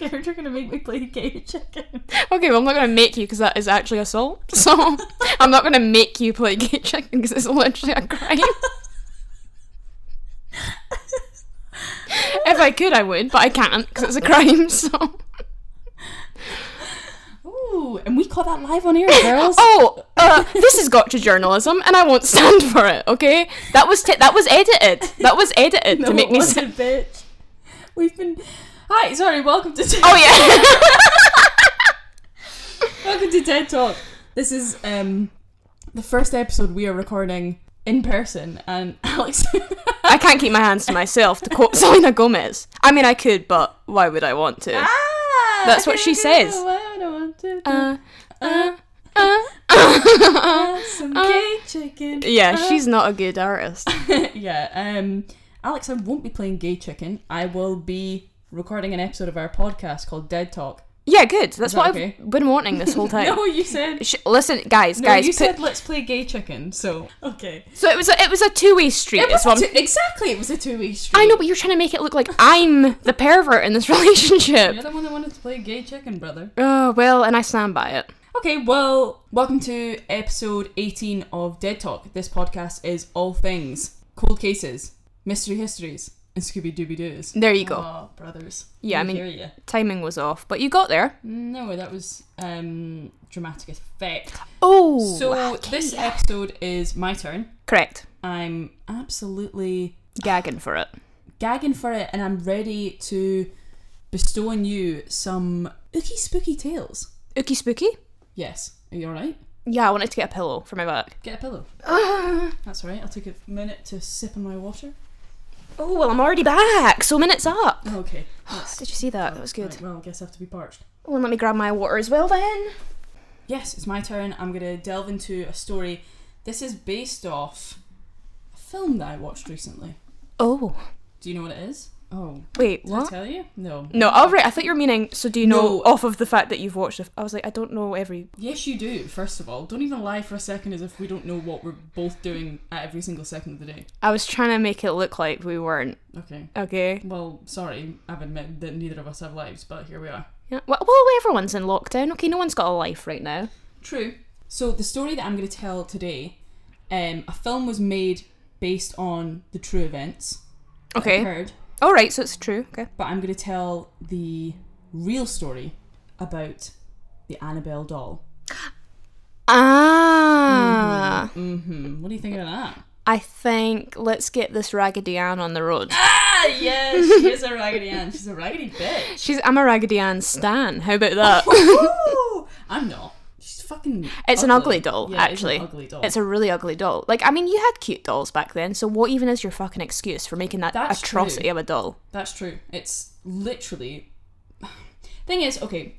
you're gonna make me play gay chicken. Okay, well, I'm not going to make you because that is actually assault. So I'm not going to make you play gay chicken because it's literally a crime. if I could, I would, but I can't because it's a crime. So. Ooh, and we caught that live on air, girls. Oh, uh, this is gotcha journalism, and I won't stand for it. Okay, that was t- that was edited. That was edited to No, make it me. wasn't, Say- bitch. We've been. Hi, sorry. Welcome to. oh yeah. Welcome to TED Talk. This is um the first episode we are recording in person, and Alex. I can't keep my hands to myself. To quote Selena Gomez. I mean, I could, but why would I want to? ah, That's what she says. I don't want to do. Uh, uh, uh. Have some gay chicken. Yeah, Uh. she's not a good artist. yeah. Um, Alex, I won't be playing gay chicken. I will be recording an episode of our podcast called Dead Talk. Yeah, good. That's that what okay? I've been wanting this whole time. No, you said. Sh- listen, guys, No, guys. you put- said let's play gay chicken. So okay. so it was a, it was a two way street. It is was what I'm- a two- exactly. It was a two-way street. I know, but you're trying to make it look like I'm the pervert in this relationship. You're the one that wanted to play gay chicken, brother. Oh well, and I stand by it. Okay, well, welcome to episode 18 of Dead Talk. This podcast is all things cold cases, mystery histories, and Scooby Dooby Doos. There you go. Oh, brothers. Yeah, I We mean- hear ya. Timing was off, but you got there. No, that was um, dramatic effect. Oh, so, this episode is my turn. correct. I'm absolutely Gagging for it. gagging for it, and I'm ready to bestow on you some ooky spooky tales. Ookie spooky. Yes. Are you alright? Yeah, I wanted to get a pillow for my back. Get a pillow. oh That's alright. I'll take a minute to sip on my water. well, I'm already back. So minutes up. Oh, Okay. that's- Did you see that? That was good. Right, well, I guess I have to be parched. Well, let me grab my water as well then. Yes, it's my turn. I'm going to delve into a story. This is based off a film that I watched recently. Oh Do you know what it is? Oh, wait, did I what? tell you? No. No, all right. I thought you were meaning. So do you know No. off of the fact that you've watched? it? I was like, I don't know every. Yes, you do. First of all, don't even lie for a second as if we don't know what we're both doing at every single second of the day. I was trying to make it look like we weren't. Okay. Okay. Well, sorry, I've admitted that neither of us have lives, but here we are. Yeah. Well, well, everyone's in lockdown. Okay, no one's got a life right now. True. So the story that I'm going to tell today, um, a film was made based on the true events that Okay. occurred, All right, so it's true. Okay. but I'm going to tell the real story about the Annabelle doll. Ah, hmm What do you think of that? I think let's get this Raggedy Ann on the road. Ah, yes, she is a raggedy Ann. She's a raggedy bitch. She's I'm a Raggedy Ann stan. How about that? Woo! I'm not. She's fucking. It's an ugly doll, Yeah, it is actually. an ugly doll. It's a really ugly doll. Like, I mean, you had cute dolls back then, so what even is your fucking excuse for making that That's atrocity true. of a doll? That's true. It's literally. Thing is, okay.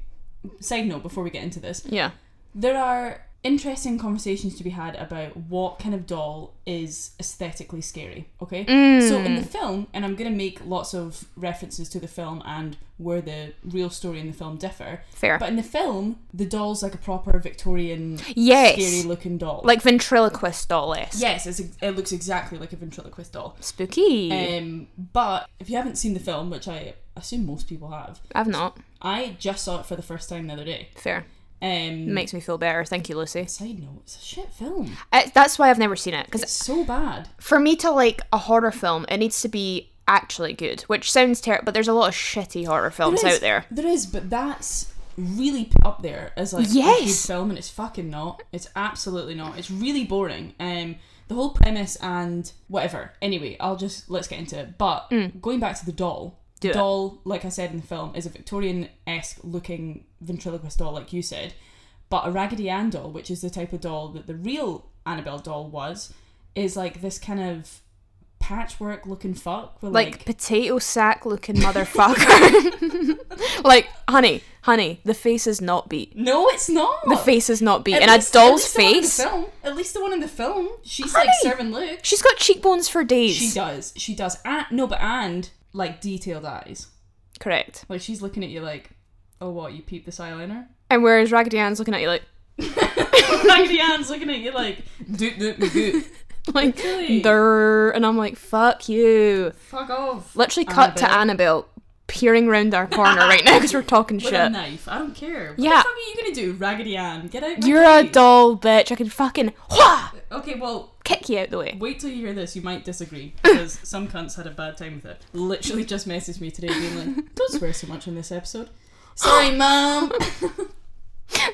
Side note before we get into this, Yeah. there are interesting conversations to be had about what kind of doll is aesthetically scary okay so in Mm. the film and i'm going to make lots of references to the film and where the real story in the film differ Fair. but in the film the doll's like a proper victorian Yes. scary looking doll Like ventriloquist doll esque. yes it's, it looks exactly like a ventriloquist doll Spooky. um, but if you haven't seen the film which i assume most people have I've not. i just saw it for the first time the other day Fair. um, Makes me feel better. Thank you, Lucy. side note it's a shit film I, that's why I've never seen it, because it's so bad for me to like a horror film, it needs to be actually good, which sounds terrible, but there's a lot of shitty horror films There is- out there. There is, but that's really put up there as like a good Yes. film, and it's fucking not. It's absolutely not. It's really boring. Um, the whole premise and whatever. Anyway, I'll just let's get into it. But going back to the doll, Mm. Do it. doll, like I said in the film, is a Victorian esque looking ventriloquist doll, like you said, but a Raggedy Ann doll, which is the type of doll that the real Annabelle doll was, is like this kind of patchwork looking fuck. With, Like, potato sack looking motherfucker. like, honey, honey, the face is not beat. no, it's not. The face is not beat. Oh. At and a least- at least doll's the one in the face. film. At least the one in the film. She's like Honey! serving Luke. She's got cheekbones for days. She does. She does. And, no, but and like detailed eyes. Correct. Like she's looking at you like, oh what? You peeped this eyeliner? And whereas Raggedy Ann's looking at you like, Raggedy Ann's looking at you like, doot doot me doot. like, Really? "Durr," and I'm like, fuck you. Fuck off. Literally cut to Annabelle. Annabelle peering round our corner right now because we're talking With a shit. knife. I don't care. What Yeah. the fuck are you gonna do, Raggedy Ann? Get out. my You're a face. doll, bitch. I could fucking wha Okay, well, kick you out the way. wait till you hear this. You might disagree because some cunts had a bad time with it. Literally just messaged me today being like, "Don't swear so much on this episode." Sorry, mum.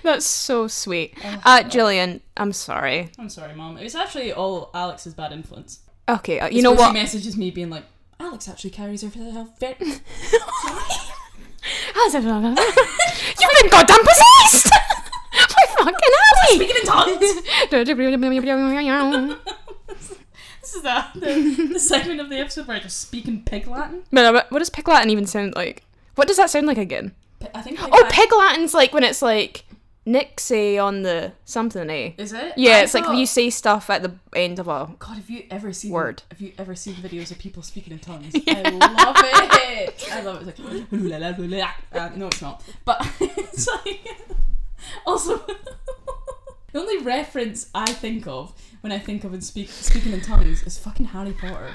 That's so sweet. Uh, Jillian, I'm sorry. I'm sorry, mum. It was actually all Alex's bad influence. Okay, uh, you It's know when what? She messages me being like, "Alex actually carries herself very." How's everyone going? You've been goddamn possessed! My fucking Speaking in tongues. Abby! This is the, the, the segment of the episode where I just speak in pig Latin. But uh, what does pig Latin even sound like? What does that sound like again? P- I think. Pig Oh, Latin- pig Latin's like when it's like Nixie on the something eh? Is it? Yeah, I it's like thought- you say stuff at the end of a. God, have you ever seen Word. Have you ever seen videos of people speaking in tongues? I love it. I love it. It's like "Ooh la la la la." Uh, no, it's not. But it's like also the only reference I think of when I think of and speak speaking in tongues is fucking Harry Potter,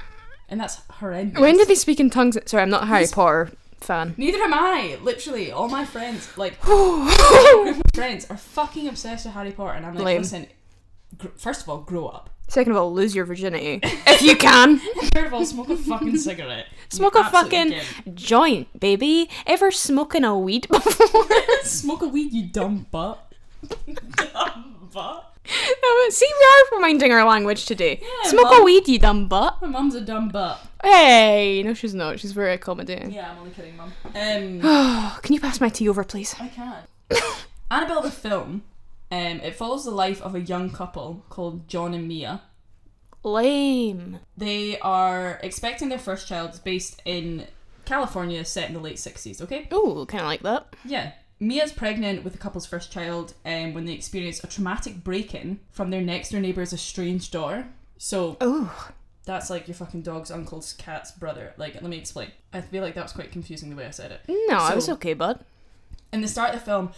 and that's horrendous. When did they speak in tongues? Sorry, I'm not a Harry Potter fan. Neither am I. Literally, all my friends, like friends, are fucking obsessed with Harry Potter, and I'm like, Lame. listen. Gr- first of all, grow up. Second of all, lose your virginity if you can. Third of all, smoke a fucking cigarette. You Smoke a absolute fucking gimp. joint, baby. Ever smoking a weed before? Smoke a weed, you dumb butt. dumb butt? No, See, we are reminding our language today. Yeah, Smoke mum. a weed, you dumb butt. My mum's a dumb butt. Hey, no, she's not. She's very accommodating. Yeah, I'm only kidding, mum. Um, Oh, can you pass my tea over, please? I can't. Annabelle the film. Um, it follows the life of a young couple called John and Mia. Lame. They are expecting their first child. It's based in California, set in the late sixties. Okay. Oh, kind of like that. Yeah. Mia's pregnant with the couple's first child um, when they experience a traumatic break in from their next door neighbour's estranged daughter. So Oh, That's like your fucking dog's uncle's cat's brother. Like, let me explain. I feel like that was quite confusing the way I said it. no, I So- was okay, bud. In the start of the film,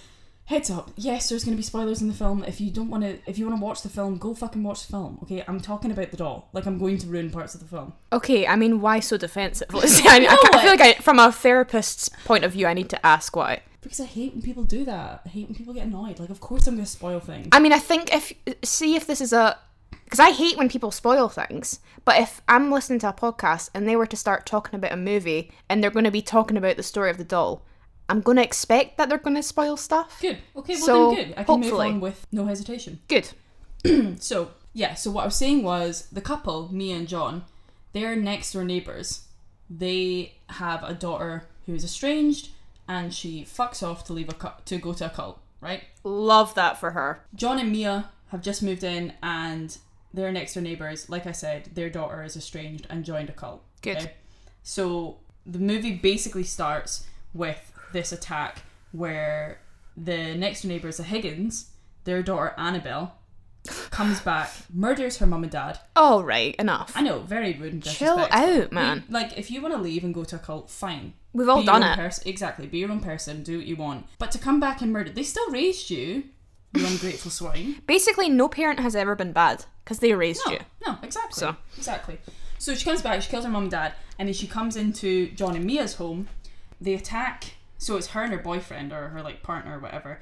heads up. Yes, there's gonna be spoilers in the film. If you don't want to, if you want to watch the film, go fucking watch the film. Okay, I'm talking about the doll. Like, I'm going to ruin parts of the film. Okay, I mean, why so defensive? Let's see, I, I, ca- I feel like, I, from a therapist's point of view, I need to ask why. Because I hate when people do that. I hate when people get annoyed. Like, of course I'm gonna spoil things. I mean, I think if see if this is a because I hate when people spoil things. But if I'm listening to a podcast and they were to start talking about a movie and they're going to be talking about the story of the doll, I'm going to expect that they're going to spoil stuff. Good. Okay. Well, So, then good. I can hopefully. move on with no hesitation. Good. So yeah, so what I was saying was the couple, Mia and John, they're next door neighbors. They have a daughter who's estranged, and she fucks off to leave a cu- to go to a cult. Right? Love that for her. John and Mia have just moved in, and they're next door neighbors. Like I said, their daughter is estranged and joined a cult. Good. So the movie basically starts with this attack where the next door neighbors, the Higgins, their daughter Annabelle, comes back, murders her mum and dad. All right, enough. I know, very rude and Chill disrespectful. out, man. We- like, if you want to leave and go to a cult, fine. We've all Be your done own it. pers- exactly. Be your own person. Do what you want. But to come back and murder, they still raised you. You ungrateful swine. Basically, no parent has ever been bad because they raised No, you. Oh, no, exactly, So. exactly. So she comes back. She kills her mum and dad, and then she comes into John and Mia's home. They attack. So it's her and her boyfriend or her like partner or whatever.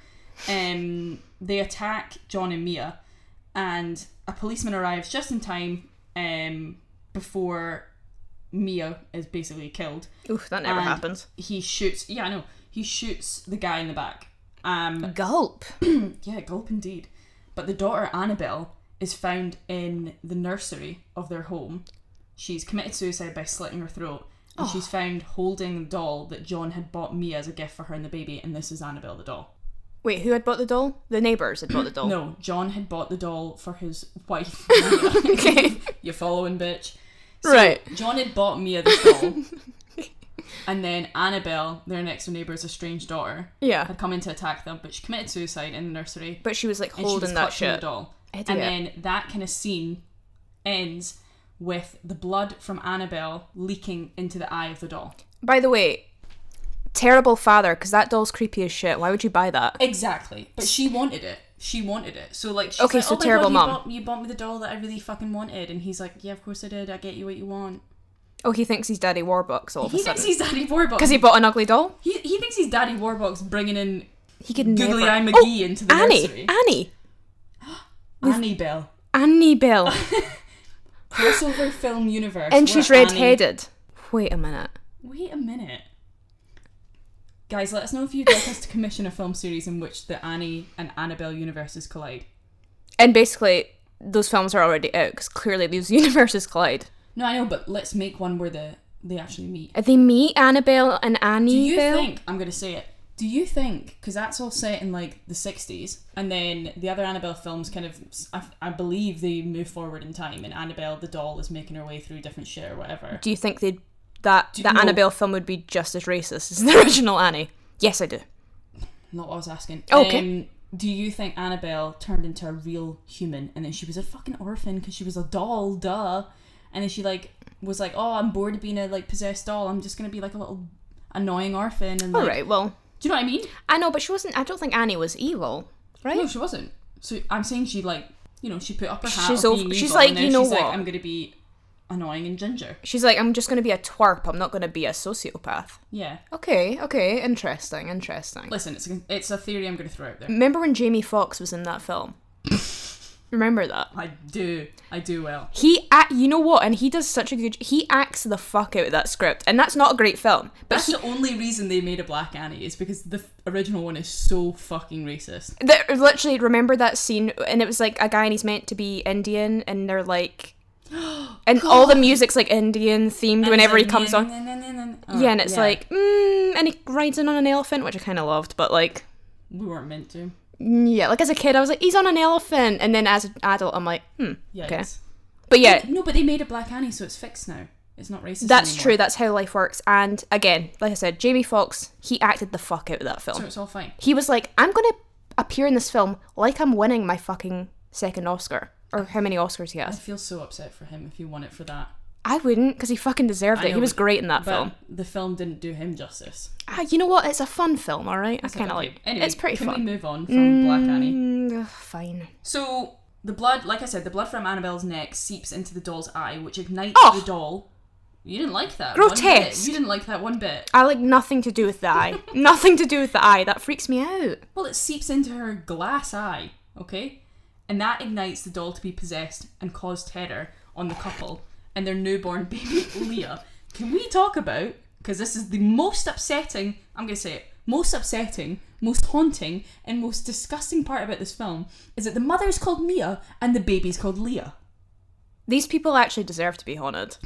Um, they attack John and Mia, and a policeman arrives just in time. Um, before Mia is basically killed. Oof, that never And happens. He shoots. Yeah, I know. He shoots the guy in the back. Um, Gulp. yeah, gulp indeed. But the daughter Annabelle is found in the nursery of their home. She's committed suicide by slitting her throat, and she's found holding the doll that John had bought Mia as a gift for her and the baby. And this is Annabelle the doll. Wait, who had bought the doll? The neighbours had bought the doll. No, John had bought the doll for his wife. okay. you following, bitch? right. John had bought Mia the doll. and then Annabelle, their next door neighbour's estranged daughter, Yeah. had come in to attack them, but she committed suicide in the nursery. But she was like And she was holding that clutching the shit. doll. Idiot. And then that kind of scene ends with the blood from Annabelle leaking into the eye of the doll. By the way, terrible father, because that doll's creepy as shit. Why would you buy that? Exactly. But she wanted it. She wanted it. So like she's Okay, like, so "Oh my terrible God, mom." You bought, you bought me the doll that I really fucking wanted and he's like, "Yeah, of course I did. I get you what you want." Oh, he thinks he's Daddy Warbucks all of a He thinks sudden he's Daddy Warbucks. because he bought an ugly doll. he, he thinks he's Daddy Warbucks bringing in He could Googly never. Eye McGee Oh, into the Annie, nursery. Annie, Annie Bell. Annie Bell, Crossover film universe. and We're she's Annie. red-headed. Wait a minute. Wait a minute. Guys, let us know if you'd like us to commission a film series in which the Annie and Annabelle universes collide. And basically, those films are already out because clearly these universes collide. No, I know, but let's make one where the they actually meet. Are they me, Annabelle, and Annie? Do you Bell? think I'm gonna say it? Do you think because that's all set in like the '60s, and then the other Annabelle films kind of, I, I believe they move forward in time, and Annabelle the doll is making her way through different shit or whatever. Do you think they'd that Do- the no. Annabelle film would be just as racist as the original Annie? Yes, I do. Not what I was asking. Okay. Um, do you think Annabelle turned into a real human and then she was a fucking orphan because she was a doll, duh? And then she like was like, oh, I'm bored of being a like possessed doll. I'm just gonna be like a little annoying orphan. And All like- right. Well, do you know what I mean? I know, but she wasn't. I don't think Annie was evil, right? No, she wasn't. So I'm saying she like, you know, she put up her hat. She's of over- being she's evil, like, and then you know she's what? Like, I'm gonna be annoying and ginger. She's like, I'm just going to be a twerp. I'm not going to be a sociopath. Yeah. Okay. Okay. Interesting. Interesting. Listen, it's a, it's a theory I'm gonna throw out there. Remember when Jamie Foxx was in that film? Remember that. I do. I do well. He, act, you know what, and he does such a good. He acts the fuck out of that script, and that's not a great film. But That's the only reason they made a Black Annie is because the f- original one is so fucking racist. That literally remember that scene, and it was like a guy and he's meant to be Indian, and they're like, and all the music's like Indian themed whenever he comes on. yeah, and it's like, mm, and he rides in on an elephant, which I kind of loved, but like, we weren't meant to. mm, yeah, like as a kid, I was like, he's on an elephant, and then as an adult, I'm like, hmm, Yeah. okay, but yeah, Uh, No, but they made a Black Annie, so it's fixed now. It's not racist. that's anymore. true. That's how life works. And again, like I said, Jamie Foxx, he acted the fuck out of that film. So it's all fine. he was like, I'm gonna appear in this film like I'm winning my fucking second Oscar. Or how many Oscars he I has. feel so upset for him if he won it for that. I wouldn't, because he fucking deserved I it. know, he was but- great in that But film. the film didn't do him justice. Ah, you know what? It's a fun film, all right. I kind of like. Anyway, it's pretty can fun. we move on from Black Annie? Mm, ugh, fine. So the blood, like I said, the blood from Annabelle's neck seeps into the doll's eye, which ignites Oh! the doll. You didn't like that. one bit. Grotesque. You didn't like that one bit. I like nothing to do with the eye. nothing to do with the eye. That freaks me out. Well, it seeps into her glass eye, okay? And that ignites the doll to be possessed and cause terror on the couple and their newborn baby Leah. Can we talk about, because this is the most upsetting, I'm going to say it, most upsetting, most haunting, and most disgusting part about this film is that the mother's called Mia and the baby's called Leah. These people actually deserve to be haunted.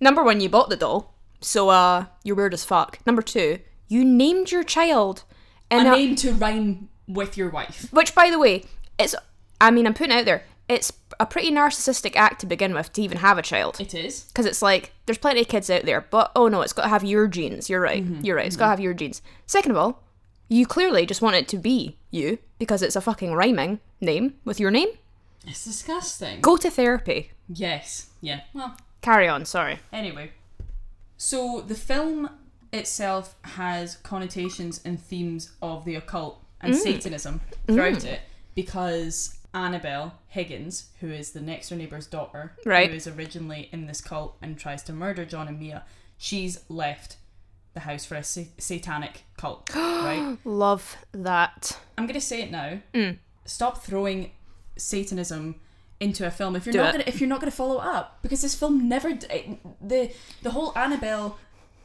Number one, you bought the doll, so uh, you're weird as fuck. Number two, you named your child, A and uh, name to rhyme with your wife. Which, by the way, it's. I mean, I'm putting it out there. It's a pretty narcissistic act to begin with to even have a child. It is. Because it's like, there's plenty of kids out there, but oh no, it's got to have your genes. You're right. You're right. It's got to have your genes. Second of all, you clearly just want it to be you because it's a fucking rhyming name with your name. It's disgusting. Go to therapy. Yes. Yeah. Well, Carry on, sorry. Anyway, so the film itself has connotations and themes of the occult and Satanism throughout it because Annabelle Higgins, who is the next door neighbor's daughter, Right. who is originally in this cult and tries to murder John and Mia, she's left the house for a sa- satanic cult, right? Love that. I'm gonna say it now. Mm. Stop throwing Satanism into a film if you're Do not it. gonna if you're not gonna follow it up because this film never d- it, the the whole Annabelle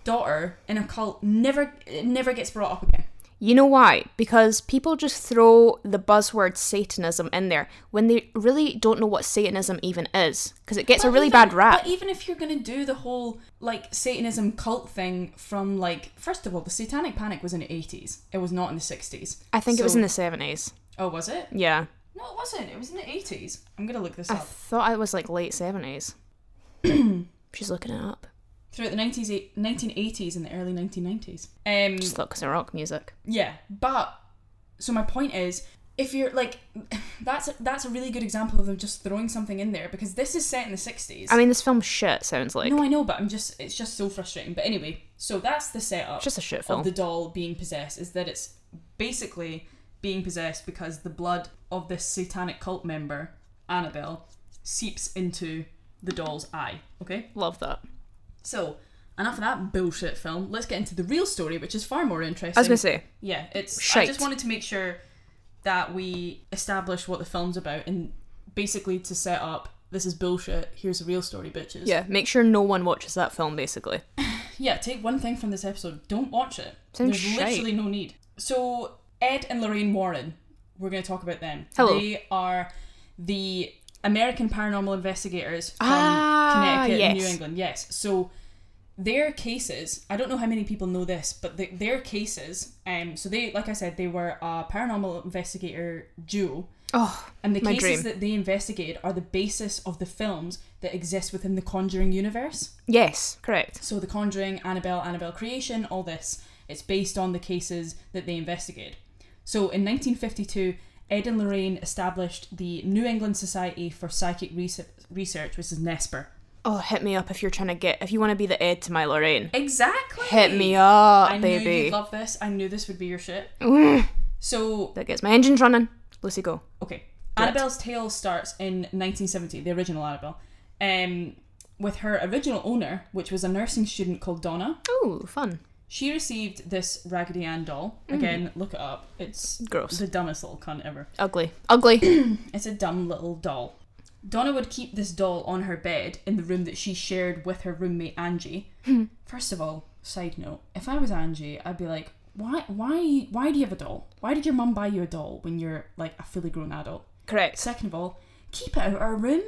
daughter in a cult never it never gets brought up again. You know why? Because people just throw the buzzword Satanism in there when they really don't know what Satanism even is. Because it gets a But really even- bad rap. But e- even if you're gonna do the whole like Satanism cult thing from like first of all the Satanic Panic was in the 80s. It was not in the 60s. I think it was So- in the 70s. Oh, was it? Yeah. No, it wasn't. It was in the 80s. I'm gonna look this I up. thought it was like late 70s. She's looking it up. Throughout the 90s, eight- 1980s and the early 1990s. Um, Just look, 'cause it's rock music. Yeah, but so my point is, if you're like, that's that's a really good example of them just throwing something in there because this is set in the sixties. I mean, this film's shit, sounds like. no, I know, but I'm just it's just so frustrating. But anyway, so that's the setup it's just a shit of film. the doll being possessed is that it's basically being possessed because the blood of this satanic cult member Annabelle seeps into the doll's eye. Okay, Love that. So, enough of that bullshit film. Let's get into the real story, which is far more interesting. I was gonna say, Yeah, it's. I Shite. just wanted to make sure that we establish what the film's about and basically to set up this is bullshit, here's the real story, bitches. yeah, make sure no one watches that film. Basically, Yeah, take one thing from this episode don't watch it. Sounds There's shite. literally no need. So, Ed and Lorraine Warren, we're going to talk about them. Hello. They are the American paranormal investigators from Ah, Connecticut and yes. New England. Yes. So, their cases, I don't know how many people know this, but the, their cases, um, so they, like I said, they were a paranormal investigator duo. oh, And the My cases dream. that they investigated are the basis of the films that exist within the Conjuring universe. yes, correct. So The Conjuring, Annabelle, Annabelle Creation, all this, it's based on the cases that they investigated. So in 1952, Ed and Lorraine established the New England Society for Psychic Rese- Research, which is NESPR. Oh, hit me up if you're trying to get if you want to be the Ed to my Lorraine. Exactly. Hit me up, I knew baby. Mm. you'd love this. I knew this would be your shit. so that gets my engines running. Lucy, go. Okay. Annabelle's tale starts in 1970, the original Annabelle, um, with her original owner, which was a nursing student called Donna. Oh, fun. She received this Raggedy Ann doll. Again, look it up. It's Gross. the dumbest little cunt ever. Ugly. Ugly. It's a dumb little doll. Donna would keep this doll on her bed in the room that she shared with her roommate Angie. Hmm. First of all, side note, if I was Angie, I'd be like, why, why, why do you have a doll? Why did your mum buy you a doll when you're like a fully grown adult? correct. Second of all, keep it out of our room.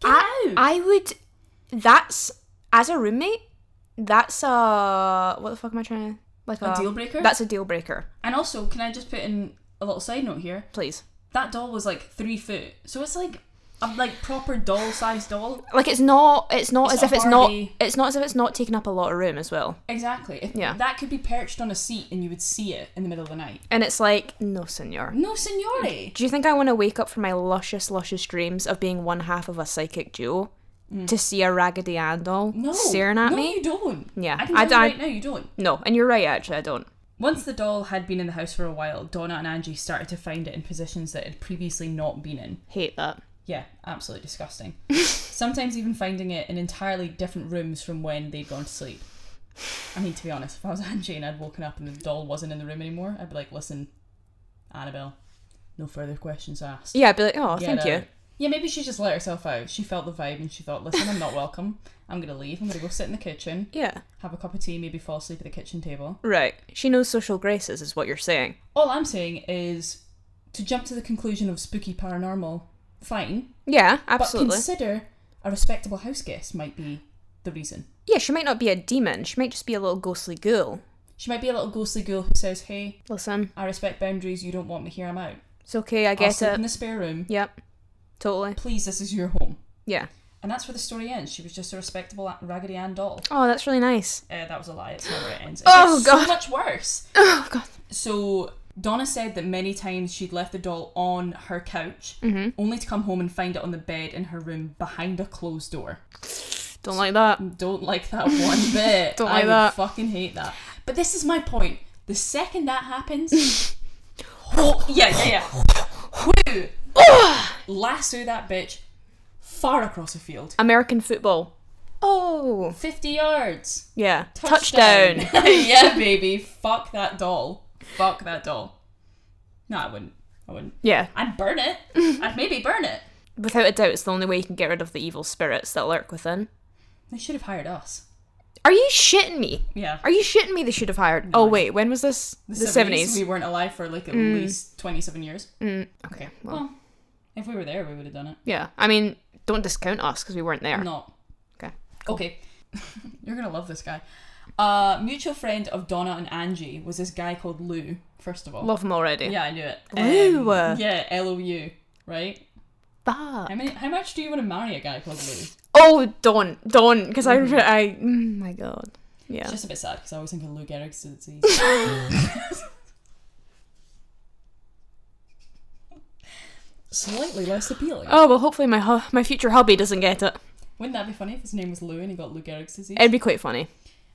Get I, it out. I would. That's as a roommate. That's a what the fuck am I trying to like A deal breaker? That's a deal breaker. and also, can I just put in a little side note here? Please. That doll was like three foot, so it's like a like proper doll sized doll. Like it's not. It's not It's as not if it's Barbie. not. It's not as if it's not taking up a lot of room as well. Exactly. If Yeah. That could be perched on a seat, and you would see it in the middle of the night. And it's like no, senor. No, signore. Do you think I want to wake up from my luscious, luscious dreams of being one half of a psychic duo to see a raggedy Ann doll Mm. No. staring at no, me? you don't. Yeah, I can I- tell I- you right now, you don't. No, and you're right. Actually, I don't. Once the doll had been in the house for a while, Donna and Angie started to find it in positions that it had previously not been in. Hate that. Yeah, absolutely disgusting. Sometimes even finding it in entirely different rooms from when they'd gone to sleep. I mean, to be honest, if I was Angie and I'd woken up and the doll wasn't in the room anymore, I'd be like, listen, Annabelle, no further questions asked. Yeah, I'd be like, oh, Get thank out." you. Yeah, maybe she just let herself out. She felt the vibe and she thought, listen, I'm not welcome. I'm going to leave. I'm going to go sit in the kitchen, Yeah. have a cup of tea, maybe fall asleep at the kitchen table. Right. She knows social graces, is what you're saying. All I'm saying is to jump to the conclusion of spooky paranormal, fine. Yeah, But absolutely. consider a respectable house guest might be the reason. yeah, she might not be a demon. She might just be a little ghostly ghoul. She might be a little ghostly girl who says, "Hey, Listen, I respect boundaries. You don't want me here. I'm out. it's okay. I I'll get sleep it. in the spare room. Yep. Totally. Please, this is your home." Yeah. And that's where the story ends. She was just a respectable a- Raggedy Ann doll. Oh, that's really nice. Uh, that was a lie. It's not where it ends. It Oh, gets God. So much worse. Oh god. So Donna said that many times she'd left the doll on her couch, Mm-hmm. only to come home and find it on the bed in her room behind a closed door. Don't like that. Don't like that one bit. Don't I like would that. Fucking hate that. But this is my point. The second that happens, Oh, yeah, yeah, yeah. Woo! Lasso that bitch far across a field, American football. Oh. fifty yards. Yeah. Touchdown. Touchdown. yeah, baby. Fuck that doll. Fuck that doll. No, I wouldn't. I wouldn't. Yeah. I'd burn it. I'd maybe burn it. Without a doubt, it's the only way you can get rid of the evil spirits that lurk within. They should have hired us. Are you shitting me? Yeah. Are you shitting me? They should have hired. Oh wait, when was this? The, Mm. 70s. We weren't alive for like at least 27 years. Okay. Well, Well, if we were there, we would have done it. yeah. I mean, don't discount us because we weren't there. Not. Okay. Okay. You're going to love this guy. A mutual friend of Donna and Angie was this guy called Lou, first of all. Love them already. Yeah, I knew it. Lou. Um, yeah, L O U, right? Bah. How, many, how much do you want to marry a guy called Lou? Oh, don't, don't, because I, Mm-hmm. re- I, mm, my god, yeah. It's just a bit sad because I always think of Lou Gehrig's disease. Slightly less appealing. Oh well, hopefully my hu- my future hubby doesn't get it. Wouldn't that be funny if his name was Lou and he got Lou Gehrig's disease? It'd be quite funny.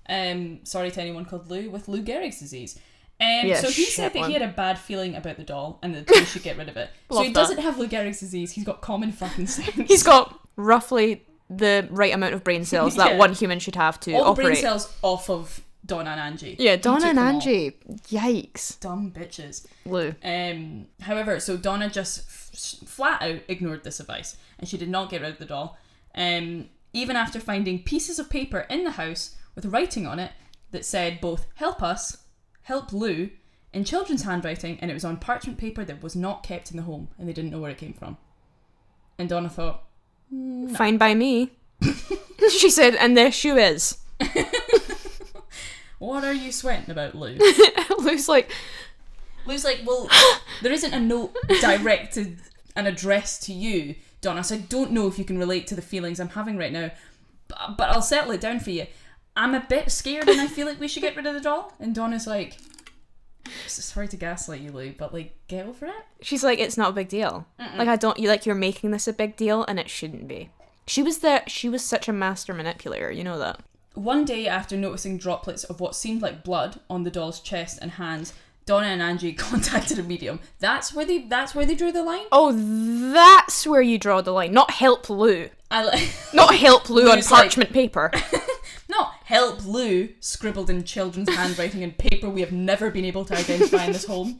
Um, sorry to anyone called Lou with Lou Gehrig's disease. Um, Yeah, so he shit said that one. he had a bad feeling about the doll and that they should get rid of it. so Love he that. doesn't have Lou Gehrig's disease. He's got common fucking sense. He's got roughly the right amount of brain cells that Yeah. one human should have to All the brain operate. cells off of Donna and Angie. yeah, He Donna took and them all. Angie. Yikes. Dumb bitches. Lou. Um, however, so Donna just f- flat out ignored this advice and she did not get rid of the doll. Um, even after finding pieces of paper in the house with writing on it that said both help us, help Lou, in children's handwriting, and it was on parchment paper that was not kept in the home and they didn't know where it came from. And Donna thought, Fine by me. she said, and there she is. What are you sweating about, Lou? Lou's like, Lou's like, well, there isn't a note directed and addressed to you, Donna. So I don't know if you can relate to the feelings I'm having right now, but, but I'll settle it down for you. I'm a bit scared and I feel like we should get rid of the doll. And Donna's like, "S- sorry to gaslight you, Lou, but like, get over it. she's like, it's not a big deal. Like I don't, you like you're making this a big deal, and it shouldn't be. She was the, she was such a master manipulator. You know that. One day after noticing droplets of what seemed like blood on the doll's chest and hands, Donna and Angie contacted a medium. That's where they that's where they drew the line. Oh, that's where you draw the line. Not help Lou. I like Not help Lou on Lou's like- parchment paper. Not help Lou, scribbled in children's handwriting and paper we have never been able to identify in this home.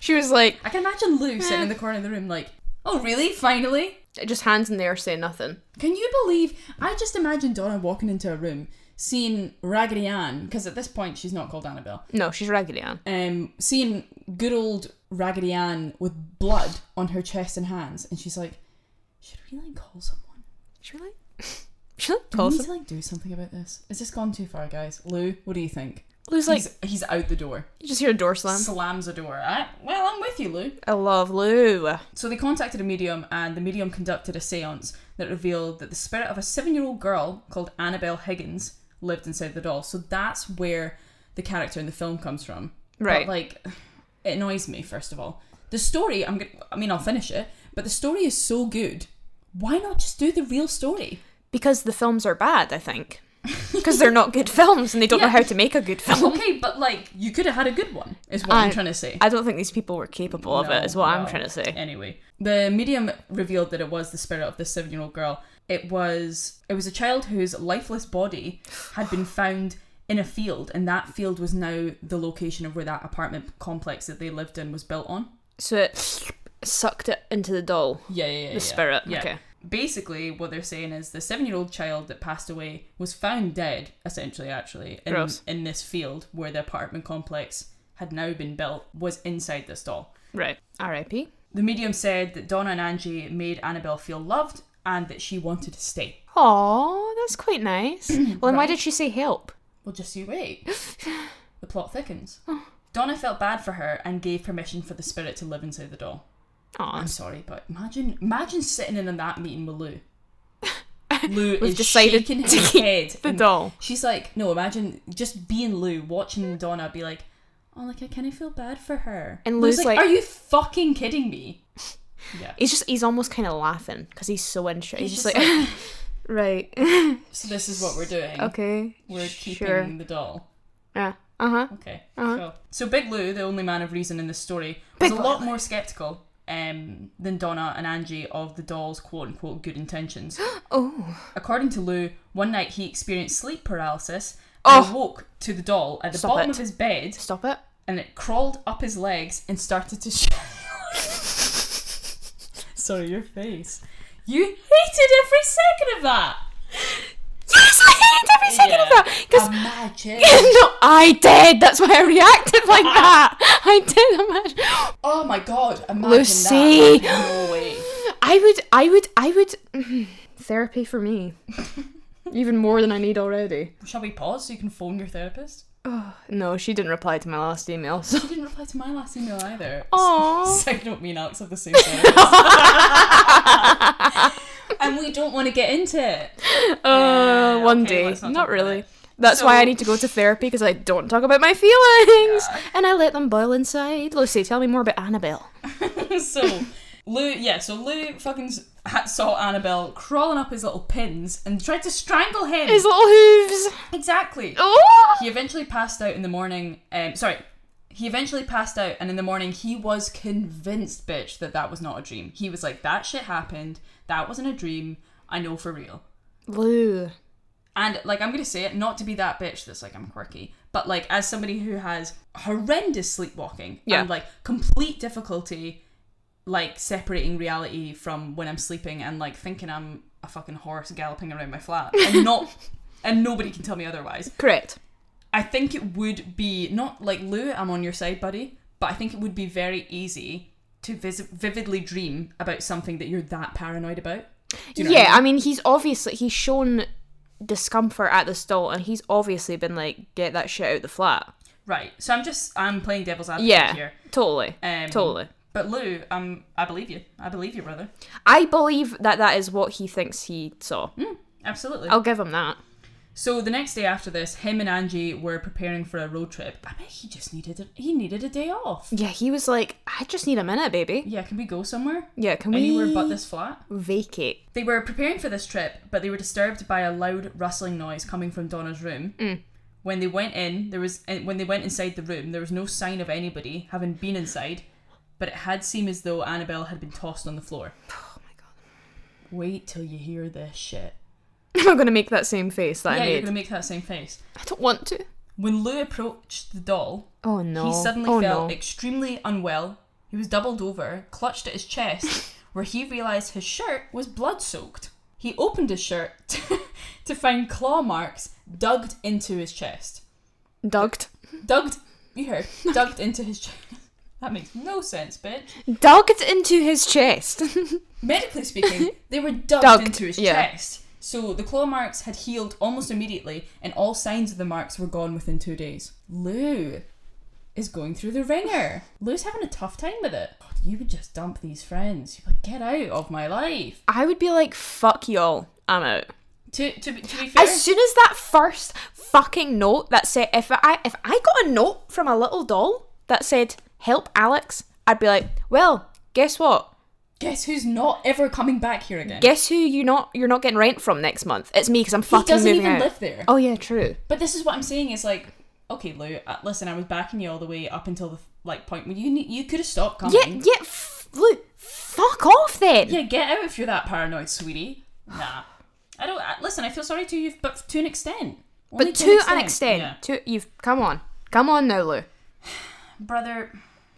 She was like, I can imagine Lou sitting in the corner of the room like, oh really, finally? just hands in the air, saying nothing. Can you believe, I just imagine Donna walking into a room, seeing Raggedy Ann, because at this point she's not called Annabelle, No, she's Raggedy Ann. um, seeing good old Raggedy Ann with blood on her chest and hands, and she's like, should we like call someone? She really, she really Do we calls need him. to like do something about this? Is this gone too far, guys? Lou, what do you think? Lou's like, he's, he's out the door. you just hear a door slam. slams a door. I, well, I'm with you, Lou. I love Lou. So they contacted a medium, and the medium conducted a seance that revealed that the spirit of a seven year old girl called Annabelle Higgins lived inside the doll. So that's where the character in the film comes from. Right. But, like, it annoys me, first of all. The story, I'm gonna, I mean, I'll finish it, but the story is so good. Why not just do the real story? Because the films are bad, I think. Because they're not good films and they don't know Yeah. how to make a good film. Okay, but like, you could have had a good one, is what I, I- am trying to say. I don't think these people were capable of it, is what I'm no. trying to say. Anyway, the medium revealed that it was the spirit of this seven-year-old girl. It was it was a child whose lifeless body had been found in a field, and that field was now the location of where that apartment complex that they lived in was built on. So it sucked it into the doll. Yeah, yeah, yeah. The spirit, okay. Basically, what they're saying is the seven-year-old child that passed away was found dead, essentially, actually, in, Gross. in this field where the apartment complex had now been built, was inside this doll. Right. R.I.P. The medium said that Donna and Angie made Annabelle feel loved and that she wanted to stay. Aw, that's quite nice. well, then why did she say help? Well, just you wait. the plot thickens. Donna felt bad for her and gave permission for the spirit to live inside the doll. Aw, I'm sorry, but imagine imagine sitting in on that meeting with Lou. Lou We've is decided shaking to his keep head. the and doll. She's like, no, imagine just being Lou, watching Donna be like, oh, like I kind of feel bad for her. And Lou's like- are you fucking kidding me? Yeah. He's just, he's almost kind of laughing because he's so unsure. He's, He's just, just like, right. So this is what we're doing. okay. We're keeping Sure. the doll. Yeah. Uh huh. Okay, Uh-huh. sure. So Big Lou, the only man of reason in this story, was Big a lot more skeptical um, than Donna and Angie of the doll's quote unquote good intentions. Oh. According to Lou, one night he experienced sleep paralysis and Oh. woke to the doll at the Stop bottom it. of his bed Stop it. and it crawled up his legs and started to shine. Sorry, your face. You hated every second of that! Yes, I hated every second of Yeah. Um, that. 'Cause Imagine! no, I did. That's why I reacted like that. I did imagine. Oh my god, imagine Lucy. that. No way. I would. I would. I would. mm, Therapy for me. Even more than I need already. Shall we pause so you can phone your therapist? No, she didn't reply to my last email. So. You didn't reply to my last email either. Aww. So I don't mean Alex have the same therapist. and we don't want to get into it. Uh, Yeah, one okay, day. let's Not, not talk about really. it. That's why I So- need to go to therapy because I don't talk about my feelings and I let them boil inside. Lucy, tell me more about Annabelle. so Lou, yeah, so Lou fucking s- ha- saw Annabelle crawling up his little pins and tried to strangle him. His little hooves. exactly. Oh. He eventually passed out in the morning. Um, sorry. He eventually passed out, and in the morning, he was convinced, bitch, that that was not a dream. He was like, that shit happened. That wasn't a dream. I know for real. Lou. And like I'm gonna say it, not to be that bitch that's like I'm quirky, but like as somebody who has horrendous sleepwalking Yeah. and like complete difficulty like separating reality from when I'm sleeping and like thinking I'm a fucking horse galloping around my flat and not and nobody can tell me otherwise. Correct. I think it would be not like Lou, I'm on your side, buddy, but I think it would be very easy to vis- vividly dream about something that you're that paranoid about. Do you know what I yeah, I mean, he's obviously he's shown discomfort at the stall, and he's obviously been like, "Get that shit out the flat." Right. So I'm just I'm playing devil's advocate Yeah, here. totally, Um, totally. But Lou, um, I believe you. I believe you, brother. I believe that that is what he thinks he saw. Hmm. Absolutely. I'll give him that. So the next day after this, him and Angie were preparing for a road trip. I bet he just needed a, he needed a day off. Yeah, he was like, "I just need a minute, baby." Yeah, can we go somewhere? Yeah, can we Anywhere but this flat. vacate? They were preparing for this trip, but they were disturbed by a loud rustling noise coming from Donna's room. Mm. When they went in, there was and when they went inside the room, there was no sign of anybody having been inside, but it had seemed as though Annabelle had been tossed on the floor. Oh my god. Wait till you hear this shit. I'm gonna make that same face that yeah, I you're made. gonna make that same face. I don't want to. When Lou approached the doll, Oh no. he suddenly oh, felt no. extremely unwell. He was doubled over, clutched at his chest, where he realised his shirt was blood soaked. He opened his shirt to find claw marks dug into his chest. dugged. Dug, you heard, dug into his chest. That makes no sense, bitch. Dugged into his chest. Medically speaking, they were dug Dugged, into his yeah. chest. So the claw marks had healed almost immediately, and all signs of the marks were gone within two days. Lou is going through the ringer. Lou's having a tough time with it. God, you would just dump these friends. You'd be like, get out of my life. I would be like, fuck y'all. I'm out. To, to, be- to be fair, As soon as that first fucking note that said if I if I got a note from a little doll that said help Alex, I'd be like, well, guess what? guess who's not ever coming back here again? Guess who you not you're not getting rent from next month? It's me because I'm he fucking doesn't moving even out. live there. Oh yeah, true. But this is what I'm saying is like, okay, Lou, uh, listen, I was backing you all the way up until the like point where you ne- you could have stopped coming. Yeah, yeah. F- look, fuck off then. Yeah, get out if you're that paranoid, sweetie. Nah. I don't. I, listen, I feel sorry to you, but to an extent. Only but to an extent, Yeah. to you've come on, come on now, Lou, Brother,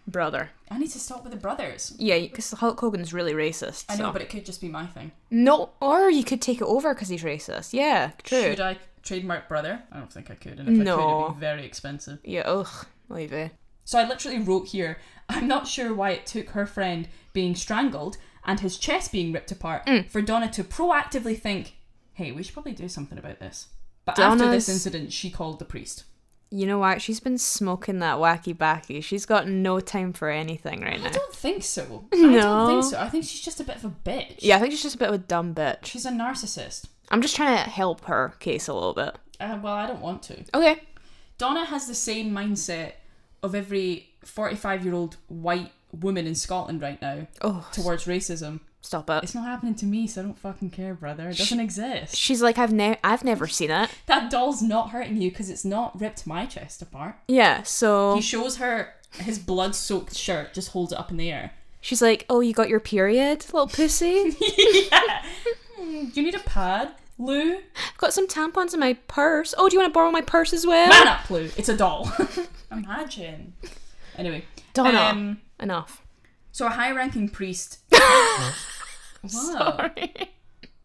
brother. I need to stop with the brothers. Yeah, because Hulk Hogan's really racist. I so. know, but it could just be my thing. no, or you could take it over because he's racist. Yeah, true. Should I trademark brother? I don't think I could, and if I could, No. it'd be very expensive. Yeah, ugh, leave So I literally wrote here. I'm not sure why it took her friend being strangled and his chest being ripped apart Mm. for Donna to proactively think, "Hey, we should probably do something about this." But after this Donna's- incident, she called the priest. You know what? She's been smoking that wacky backy. She's got no time for anything right I now. don't think so. I No. don't think so. I think she's just a bit of a bitch. Yeah, I think she's just a bit of a dumb bitch. She's a narcissist. I'm just trying to help her case a little bit. Uh, well, I don't want to. Okay. Donna has the same mindset of every 45 year old white woman in Scotland right now Oh, towards racism. stop it. It's not happening to me, so I don't fucking care, brother. It doesn't exist. She's like, I've ne- I've never seen it. That doll's not hurting you because it's not ripped my chest apart. Yeah. So He shows her his blood soaked shirt, just holds it up in the air. she's like, oh, you got your period, little pussy. Do you need a pad, Lou? I've got some tampons in my purse. Oh, do you want to borrow my purse as well? Man up, Lou. It's a doll. Imagine. Anyway. Donna. Um, Enough. so a high ranking priest. Whoa. Sorry.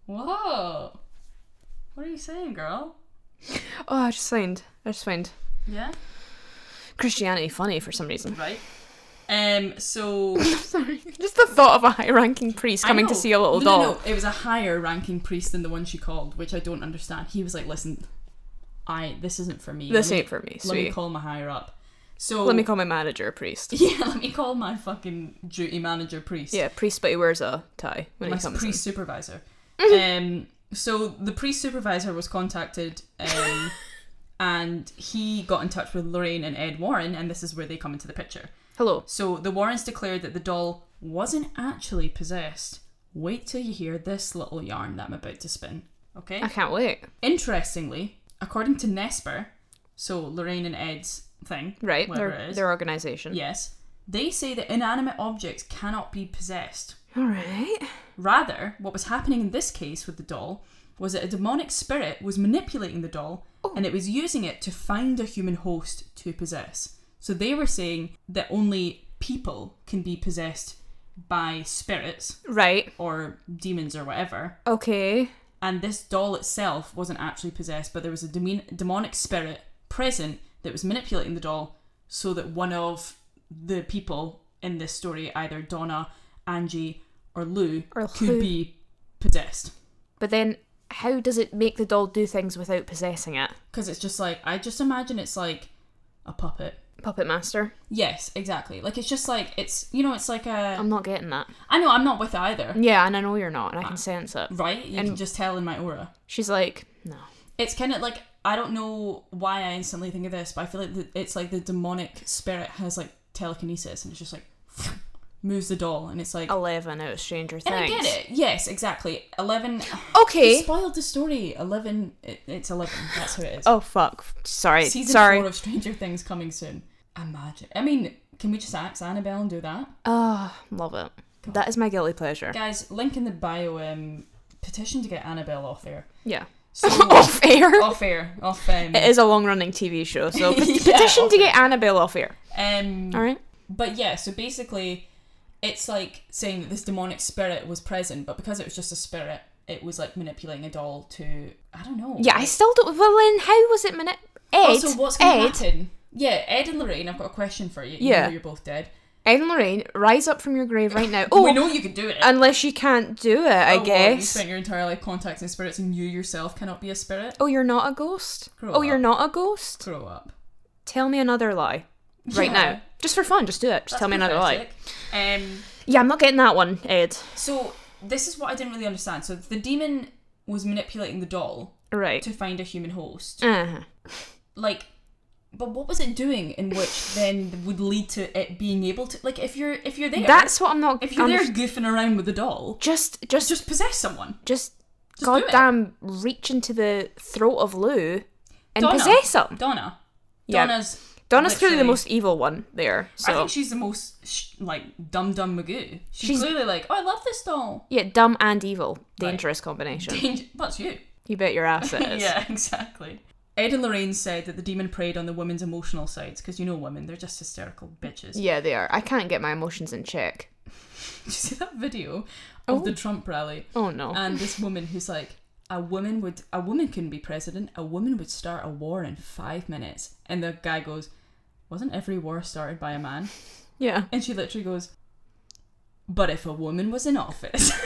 Whoa. What are you saying, girl? Oh, I just find I just find Yeah? Christianity funny for some reason. Right. Um, so Sorry. Just the thought of a high-ranking priest I coming to know- see a little no, doll. No, no, it was a higher ranking priest than the one she called, which I don't understand. He was like, "Listen, I this isn't for me. This Let me- ain't for me, Let me sweet. call my higher up." So Let me call my manager a priest. yeah, let me call my fucking duty manager priest. Yeah, priest, but he wears a tie when my he comes. priest supervisor. um, so the priest supervisor was contacted, um, and he got in touch with Lorraine and Ed Warren, and this is where they come into the picture. in. Hello. So the Warrens declared that the doll wasn't actually possessed. Wait till you hear this little yarn that I'm about to spin. Okay? I can't wait. Interestingly, according to Nesper, so Lorraine and Ed's thing, Right, Whatever it their is. their organization. Yes, they say that inanimate objects cannot be possessed. All right. Rather, what was happening in this case with the doll was that a demonic spirit was manipulating the doll and it was using it to find a human host to possess. So they were saying that only people can be possessed by spirits Right. or demons or whatever. Okay. And this doll itself wasn't actually possessed, but there was a demon- demonic spirit present that was manipulating the doll so that one of the people in this story, either Donna, Angie, or Lou, Or could Lou. be possessed. But then, how does it make the doll do things without possessing it? Because it's just like, I just imagine it's like a puppet. Puppet Master. Yes, exactly. Like it's just like it's you know it's like a I'm not getting that. I know I'm not with it either, Yeah, and I know you're not, and I can sense it. right? You can just tell in my aura. She's like, no. It's kind of like I don't know why I instantly think of this, but I feel like the, it's like the demonic spirit has like telekinesis and it's just like moves the doll and it's like 11 out of Stranger Things. and I get it. Yes, exactly. Eleven Okay. spoiled the story. Eleven. It, it's eleven. That's who it is. Oh, fuck. Sorry. Season Sorry. four of Stranger Things coming soon. Imagine. I mean, can we just axe Annabelle and do that? Ah, love it. That is my guilty pleasure. Guys, link in the bio um, petition to get Annabelle off air. Yeah. So off air. off air, off um, It is a long running TV show, so pet- Oh, Yeah, petition to off get Annabelle off air. um Alright? but yeah, so basically it's like saying that this demonic spirit was present, but because it was just a spirit, it was like manipulating a doll to I don't know. Yeah, I still don't. Well, then, how was it minute? Ed. also Oh, what's gonna Ed. happen? Yeah, Ed and Lorraine, I've got a question for you. Yeah. You know you're both dead. Ed and Lorraine, rise up from your grave right now. we Oh, know you can do it. unless you can't do it, I Oh, well, you guess. spent your entire life contacting spirits and you yourself cannot be a spirit. Oh, you're not a ghost? Grow oh, you're up. not a ghost? Grow up. Tell me another lie. Right Yeah. now. Just for fun, just do it. Just tell me another lie. lie. Um Yeah, I'm not getting that one, Ed. So this is what I didn't really understand. So the demon was manipulating the doll Right. to find a human host. Uh-huh. Like but what was it doing in which then would lead to it being able to like if you're if you're there That's what I'm not. if you're under- there goofing around with the doll, just, just, just, just possess someone. do goddamn, reach into the throat of Lou and Donna. possess him. Donna. Yeah. Donna's Donna's clearly the literally- most evil one there. I So think she's the most sh- like dum dum magoo. She's, She's- clearly like, oh, I love this doll. yeah, dumb and evil, Right. dangerous combination. Danger- That's you. You bet your ass it is. yeah, exactly. Ed and Lorraine said that the demon preyed on the woman's emotional sides because you know women, they're just hysterical bitches. Yeah, they are. I can't get my emotions in check. Did you see that video of the Trump rally Oh no. and this woman who's like, a woman would a woman couldn't be president. A woman would start a war in five minutes. And the guy goes, wasn't every war started by a man? yeah. And she literally goes, but if a woman was in office,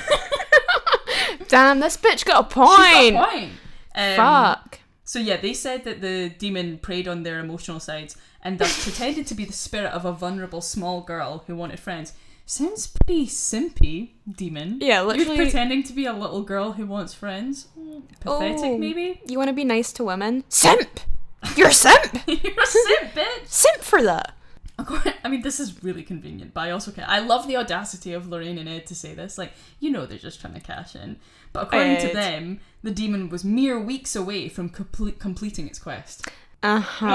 Damn, this bitch got a she's point. got a point. Um, Fuck. So yeah, they said that the demon preyed on their emotional sides and thus pretended to be the spirit of a vulnerable small girl who wanted friends. Sounds pretty simpy, demon. Yeah, You're literally. pretending to be a little girl who wants friends. Mm, Pathetic, Oh. maybe. you want to be nice to women? Simp. You're a simp. You're a simp, bitch. simp for that. Of course- I mean, this is really convenient, but I also can. I love the audacity of Lorraine and Ed to say this. Like, you know, they're just trying to cash in. But according to Ed. them, the demon was mere weeks away from complete, completing its quest. Uh huh.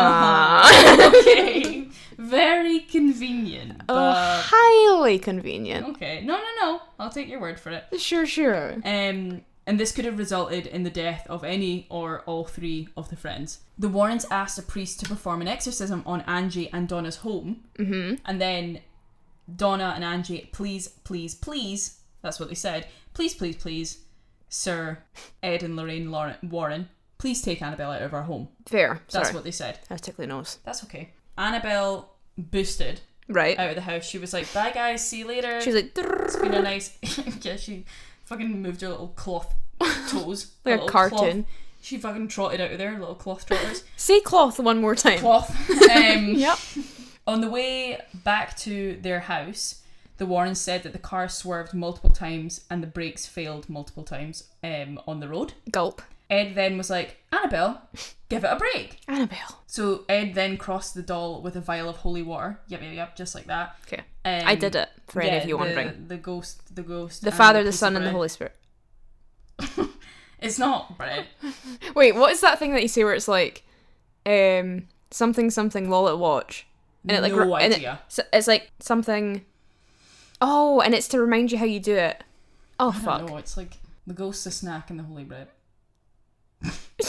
Uh-huh. okay. Very convenient. Oh, But highly convenient. okay. No, no, no. I'll take your word for it. Sure, sure. Um, and this could have resulted in the death of any or all three of the friends. The Warrens asked a priest to perform an exorcism on Angie and Donna's home, mm-hmm. and then Donna and Angie, please, please, please. That's what they said. Please, please, please, Sir Ed and Lorraine Lauren- Warren, please take Annabelle out of our home. Fair. That's Sorry. what they said. I was tickly nose. That's okay. Annabelle boosted Right. out of the house. She was like, bye guys, see you later. she was like, it's been a nice. yeah, she fucking moved her little cloth toes. Like a little cartoon. cloth. She fucking trotted out of there, little cloth trotters. say cloth one more time. cloth. Um, Yep. On the way back to their house, the Warrens said that the car swerved multiple times and the brakes failed multiple times um, on the road. Gulp. Ed then was like, Annabelle, give it a break. Annabelle. So Ed then crossed the doll with a vial of holy water. Yep, yep, yep, just like that. Okay. Um, I did it, for any yeah, of you wondering. The, the ghost, the ghost, The and Father, the piece Son, of and the bread. Holy Spirit. It's not bread. Wait, what is that thing that you say where it's like, um, something something lol at watch, and it like No re- and it- idea. so- it's like something. Oh, and it's to remind you how you do it. Oh I don't fuck. know. It's like the ghost, the snack, and the holy bread.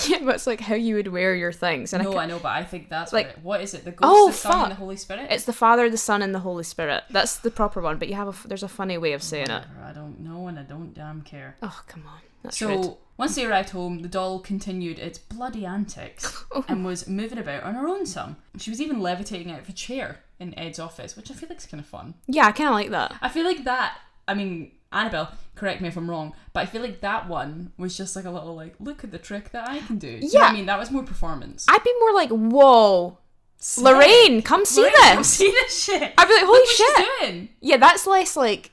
yeah, but it's like how you would wear your things. And I no, ca- I know, but I think that's like- what it- what is it? The ghost, Oh, the son, fuck. and the Holy Spirit. it's the Father, the Son, and the Holy Spirit. That's the proper one, but you have a f- there's a funny way of saying it. Whatever, I don't know, and I don't damn care. Oh come on, that's so rude. once they arrived home, the doll continued its bloody antics and was moving about on her own. Some she was even levitating out of a chair in Ed's office, which I feel like is kind of fun. Yeah, I kind of like that. I feel like that. I mean, Annabelle, correct me if I'm wrong, but I feel like that one was just like a little like, look at the trick that I can do. Do you know what Yeah. I mean, that was more performance. I'd be more like, whoa, Sick. Lorraine, come see Lorraine, come this. See this shit. I'd be like, holy Look shit. what She's doing. Yeah, that's less like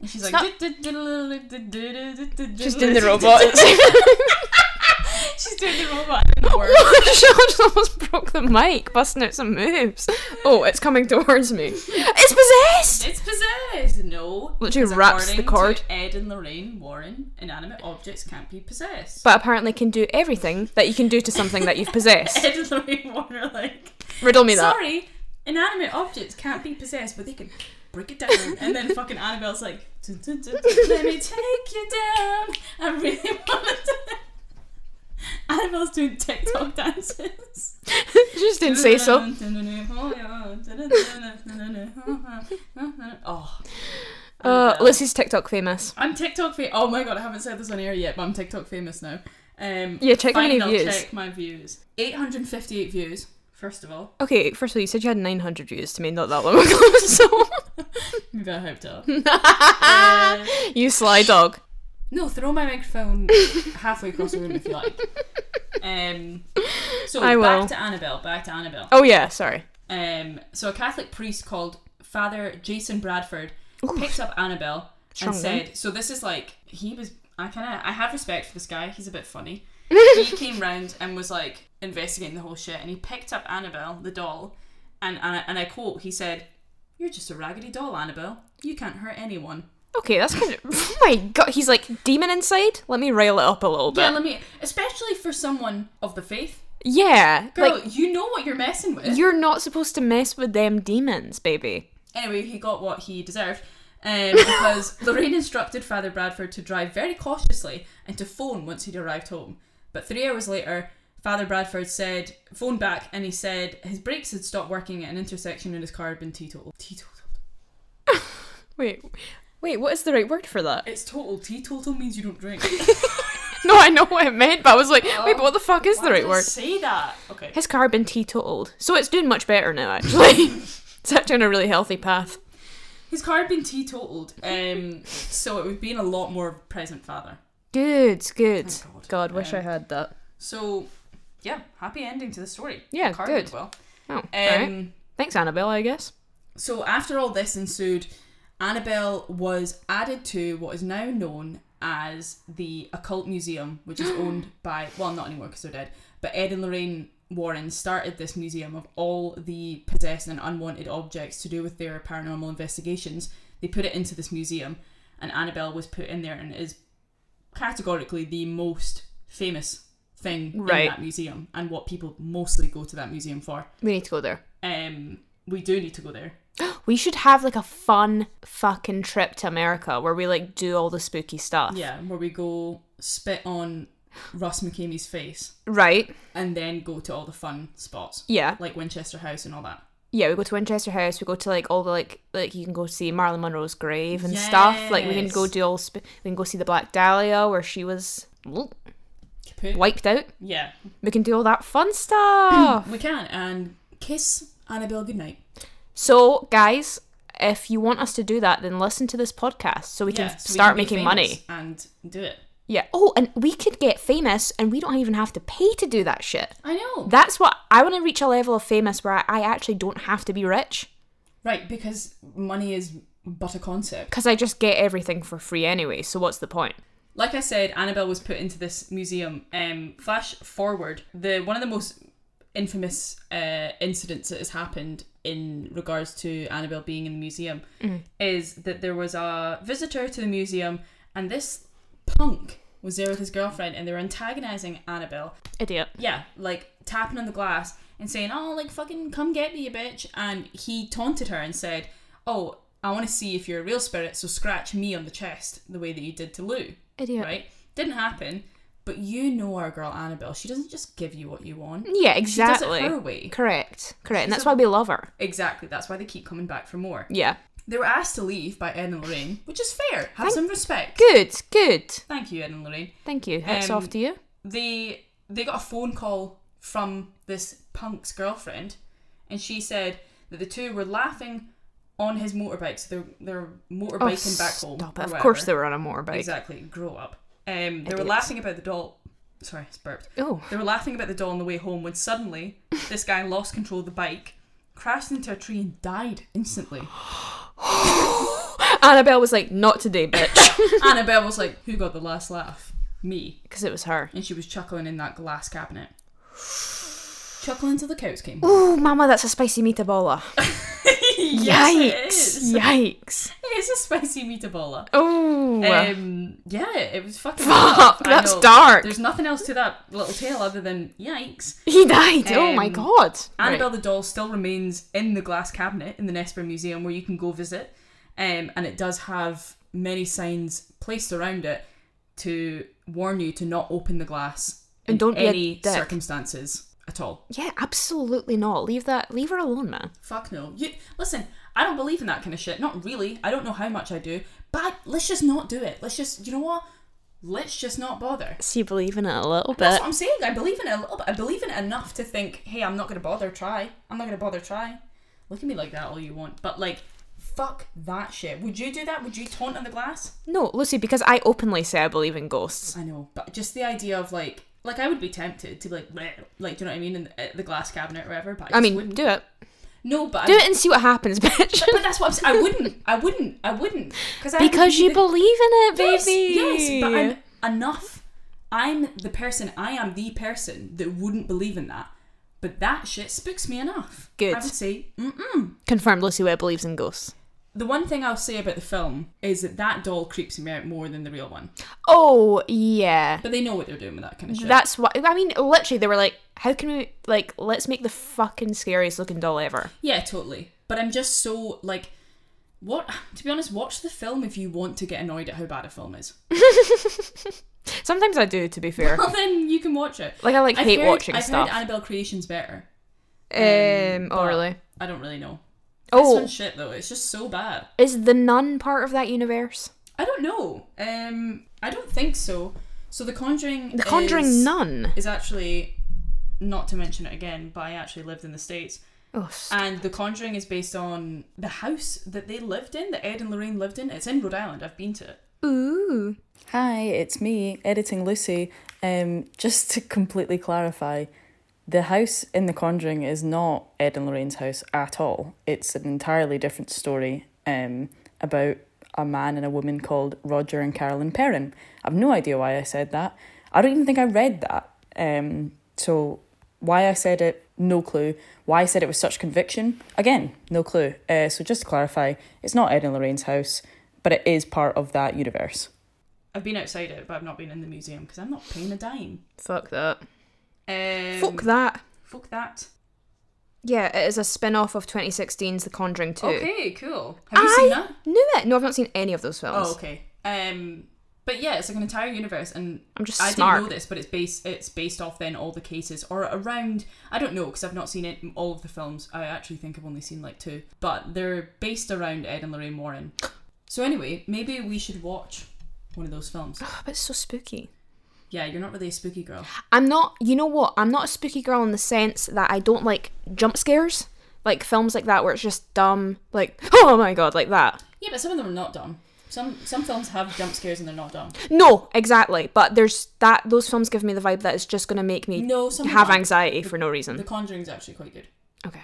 And she's It's like, not- just just in the robot. She's doing the robot. It didn't work. She almost broke the mic, busting out some moves. Oh, it's coming towards me. It's possessed. It's possessed. No. Literally because wraps the according cord. To Ed and Lorraine Warren, inanimate objects can't be possessed. But apparently, can do everything that you can do to something that you've possessed. Ed and Lorraine Warren are like, Riddle me that. sorry, inanimate objects can't be possessed, but they can break it down. And then fucking Annabelle's like, "Dun, dun, dun, dun, let me take you down. I really want to. Annabelle's doing TikTok dances. she just didn't say so. Oh, Uh, Lissy's TikTok famous. I'm TikTok famous. Oh my god, I haven't said this on air yet, but I'm TikTok famous now. Um, Yeah, check how fine, many I'll views. check my views. 858 views. First of all, Okay, first of all, you said you had 900 views to me not that long ago, so maybe I hyped it up. Uh, you sly dog. no, throw my microphone halfway across the room if you like. Um, so I will. back to Annabelle. Back to Annabelle. Oh yeah, sorry. Um, so a Catholic priest called Father Jason Bradford picked up Annabelle Strong and name. said, "So this is like he was. I kind of I have respect for this guy. He's a bit funny. he came round and was like investigating the whole shit, and he picked up Annabelle the doll, and and I, and I quote, he said." You're just a raggedy doll, Annabelle. You can't hurt anyone. Okay, that's kind of. Oh my god, he's like demon inside. Let me rail it up a little Yeah, bit. let me. Especially for someone of the faith, Yeah, girl. like you know what you're messing with. you're not supposed to mess with them demons, baby. Anyway, he got what he deserved um, because Lorraine instructed Father Bradford to drive very cautiously and to phone once he'd arrived home. But three hours later, Father Bradford said, phoned back and he said his brakes had stopped working at an intersection and his car had been teetotaled. Teetotaled. Wait, wait, what is the right word for that? It's total. Teetotal means you don't drink. No, I know what it meant, but I was like, wait, but what the fuck is Why the right did I word? Say that. Okay. His car been teetotaled, so it's doing much better now. Actually, it's actually on a really healthy path. His car had been teetotaled, um, so it would be in a lot more present father. Good, good. God. God, wish I Um, had that. So, yeah, happy ending to the story. Yeah, car good. did well. Oh, Um, alright. Thanks, Annabelle. I guess. So after all this ensued, Annabelle was added to what is now known as the Occult Museum, which is owned by well, not anymore because they're dead. But Ed and Lorraine Warren started this museum of all the possessed and unwanted objects to do with their paranormal investigations. They put it into this museum, and Annabelle was put in there, and is categorically the most famous thing in Right. that museum, and what people mostly go to that museum for. We need to go there. Um, we do need to go there. We should have like a fun fucking trip to America where we like do all the spooky stuff. Yeah, where we go spit on Russ McCamey's face Right? and then go to all the fun spots. Yeah. Like Winchester House and all that. Yeah, we go to Winchester House, we go to like all the like like you can go see Marilyn Monroe's grave and stuff. Like we can go Yes. do all sp- we can go see the Black Dahlia where she was oop, Kaput. wiped out. Yeah. We can do all that fun stuff. We can and kiss Annabelle goodnight. so, guys, if you want us to do that, then listen to this podcast so we Yeah, can so we start be making famous money. And do it. Yeah. Oh, and we could get famous and we don't even have to pay to do that shit. I know. That's what I want to reach a level of famous where I, I actually don't have to be rich right, because money is but a concept. because I just get everything for free anyway. So what's the point? like I said, Annabelle was put into this museum. Um, flash forward, the one of the most infamous uh, incidents that has happened in regards to Annabelle being in the museum is that there was a visitor to the museum, and this punk was there with his girlfriend, and they were antagonizing Annabelle. Idiot. Yeah, like tapping on the glass and saying, "Oh, like fucking come get me, you bitch!" And he taunted her and said, "Oh." I want to see if you're a real spirit, so scratch me on the chest the way that you did to Lou Idiot. right? Didn't happen. But you know our girl Annabelle. She doesn't just give you what you want. Yeah, She exactly. does it her way. Correct. Correct. And She's that's a- why we love her. Exactly. That's why they keep coming back for more. Yeah. They were asked to leave by Ed and Lorraine, which is fair. Have Thank- some respect. Good. Good. Thank you, Ed and Lorraine. Thank you. Hats Um, off to you. They they got a phone call from this punk's girlfriend, and she said that the two were laughing on his motorbike. So they're they're Oh, motorbiking back home. stop or it. Of course whatever. they were on a motorbike. Exactly. Grow up. Um, they were Idiots. laughing about the doll. Sorry, it's burped. Oh. They were laughing about the doll on the way home when suddenly this guy lost control of the bike, crashed into a tree, and died instantly. Annabelle was like, not today, bitch. Annabelle was like, Who got the last laugh? Me. Because it was her. And she was chuckling in that glass cabinet. Chuckling till the cows came. Ooh, mama, that's a spicy meatball. yes, it Yikes. is. Yikes. It is a spicy meatball. Ooh. Um, yeah, it was fucking Fuck, rough. I that's know. dark. There's nothing else to that little tale other than yikes. he died. oh my um, god. Annabelle the doll still remains in the glass cabinet in the Nesper Museum where you can go visit, um, and it does have many signs placed around it to warn you to not open the glass in And don't be a any dick. circumstances at all. Right. Yeah, absolutely not. Leave that. Leave her alone, man. Fuck no. You listen. I don't believe in that kind of shit. Not really. I don't know how much I do, but I- let's just not do it. Let's just, you know what? Let's just not bother. So you believe in it a little That's bit. what I'm saying. I believe in it a little bit. I believe in it enough to think, hey, I'm not going to bother try. I'm not going to bother try. Look at me like that all you want. But, like, fuck that shit. Would you do that? Would you taunt on the glass? No, Lucy, because I openly say I believe in ghosts. I know. But just the idea of, like, like I would be tempted to be like, "Bleh," like, do you know what I mean? In the, at the glass cabinet or whatever. But I, I just mean, wouldn't. do it. no, but Do I, it and see what happens, bitch. but that's what I'm saying. I wouldn't. I wouldn't. I wouldn't. Because I because would be you the- believe in it, Yes, baby. Yes, but I'm enough. I'm the person. I am the person that wouldn't believe in that. But that shit spooks me enough. Good. I would say mm-mm. Confirmed Lucy Webb believes in ghosts. the one thing I'll say about the film is that that doll creeps me out more than the real one. Oh, yeah. But they know what they're doing with that kind of shit. That's why. I mean, literally, they were like, how can we, like, let's make the fucking scariest looking doll ever. yeah, totally. But I'm just so like, what? To be honest, watch the film if you want to get annoyed at how bad a film is. Sometimes I do, to be fair. Well, then you can watch it. Like, I like hate heard, watching I've stuff. heard Annabelle Creation's better. um, oh, but really? I don't really know. This Oh, one's shit though. It's just so bad. is the nun part of that universe? I don't know. Um, I don't think so. So the Conjuring. The Conjuring is, Nun. is actually not to mention it again, but I actually lived in the states, Oh, s- and the Conjuring is based on the house that they lived in, that Ed and Lorraine lived in. It's in Rhode Island. I've been to it. ooh. Hi, it's me, editing Lucy. Um, just to completely clarify, the house in The Conjuring is not Ed and Lorraine's house at all. It's an entirely different story um, about a man and a woman called Roger and Carolyn Perrin. I've no idea why I said that. I don't even think I read that. Um, so, why I said it, no clue. Why I said it with such conviction, again, no clue. Uh, so, just to clarify, it's not Ed and Lorraine's house, but it is part of that universe. I've been outside it, but I've not been in the museum because I'm not paying a dime. Fuck that. Um, Fuck that. Fuck that. Yeah, it is a spin off of 2016's The Conjuring 2. Okay, cool. Have you I seen that? knew it. No, I've not seen any of those films. Oh, okay. Um, but yeah, it's like an entire universe, and I'm just I smart. didn't know this, but it's based it's based off then all the cases or around. I don't know because I've not seen it all of the films. I actually think I've only seen like two, but they're based around Ed and Lorraine Warren. So anyway, maybe we should watch one of those films. Oh, but it's so spooky. Yeah, you're not really a spooky girl. I'm not, you know what? I'm not a spooky girl in the sense that I don't like jump scares. Like films like that where it's just dumb, like, oh my god, like that. Yeah, but some of them are not dumb. Some some films have jump scares and they're not dumb. No, exactly. But there's that, those films give me the vibe that it's just going to make me No, some have aren't. anxiety for no reason. The Conjuring's actually quite good. okay.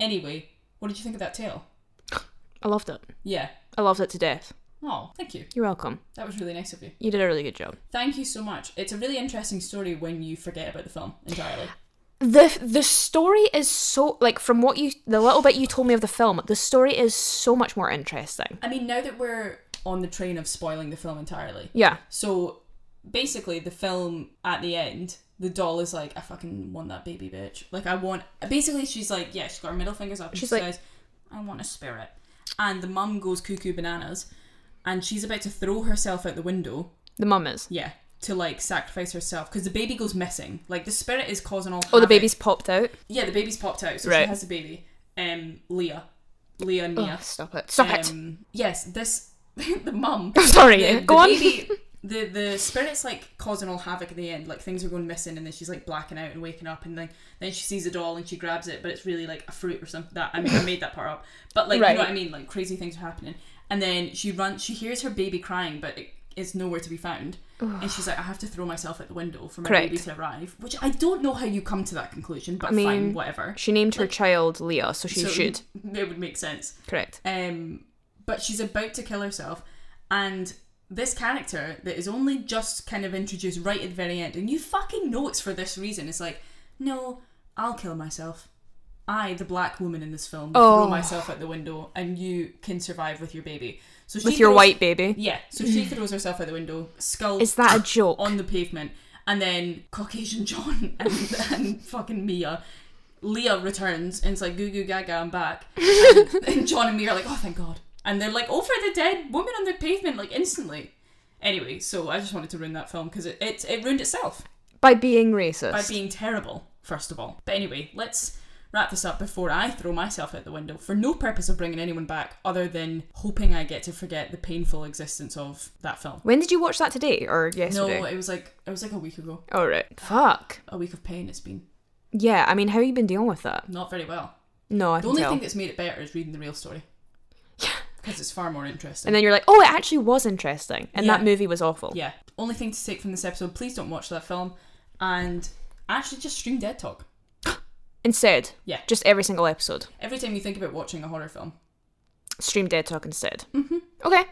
Anyway, what did you think of that tale? I loved it. Yeah. I loved it to death. Oh, thank you. You're welcome. That was really nice of you. You did a really good job. Thank you so much. It's a really interesting story when you forget about the film entirely. the the story is so like from what you the little bit you told me of the film the story is so much more interesting I mean, now that we're on the train of spoiling the film entirely. yeah So basically, the film at the end, the doll is like, I fucking want that baby bitch. Like, I want. Basically, she's like, yeah, she's got her middle fingers up and She's she like- says, I want a spirit. And the mum goes cuckoo bananas and she's about to throw herself out the window. the mum is Yeah. to like sacrifice herself because the baby goes missing. Like the spirit is causing all. Oh, the havoc. baby's popped out. Yeah, the baby's popped out, so she Right. has the baby. Um, Leah, Leah, and Mia. Oh, stop it. Um, Stop it. um, Yes, this the mum. I'm sorry. the, Go the on. Baby, the the spirit's like causing all havoc at the end. Like things are going missing, and then she's like blacking out and waking up, and then then she sees a doll and she grabs it, but it's really like a fruit or something. That I mean, I made that part up, but like you Right. know what I mean. Like crazy things are happening, and then she runs. She hears her baby crying, but it, it's nowhere to be found. And she's like, I have to throw myself out the window for my Correct. baby to arrive, which I don't know how you come to that conclusion, but I mean, fine, whatever. She named her child Leah, so she So should. It would make sense. Correct. Um, but she's about to kill herself, and this character that is only just kind of introduced right at the very end, and you fucking know it's for this reason. It's like, no, I'll kill myself. I, the black woman in this film, will Oh. throw myself out the window, and you can survive with your baby. So she With your throws- white baby. yeah. So she throws herself out the window, skull Is that a joke? on the pavement, and then Caucasian John and, and fucking Mia. Leah returns and it's like goo goo gaga, I'm back. And, and John and Mia are like, oh thank God, and they're like over the dead woman on the pavement like instantly. Anyway, so I just wanted to ruin that film because it, it it ruined itself By being racist. by being terrible first of all. But anyway, let's wrap this up before I throw myself out the window for no purpose of bringing anyone back other than hoping I get to forget the painful existence of that film. when did you watch that today or yesterday? No, it was like it was like a week ago. All right. Fuck. a week of pain it's been Yeah, I mean, how you been dealing with that? not very well No, I the can only tell. thing that's made it better is reading the real story because it's far more interesting and then you're like, oh, it actually was interesting, and Yeah. that movie was awful. yeah only thing to take from this episode please don't watch that film and actually just stream dead talk Instead, Yeah. just every single episode, every time you think about watching a horror film stream Dead Talk instead. Mm-hmm. Okay.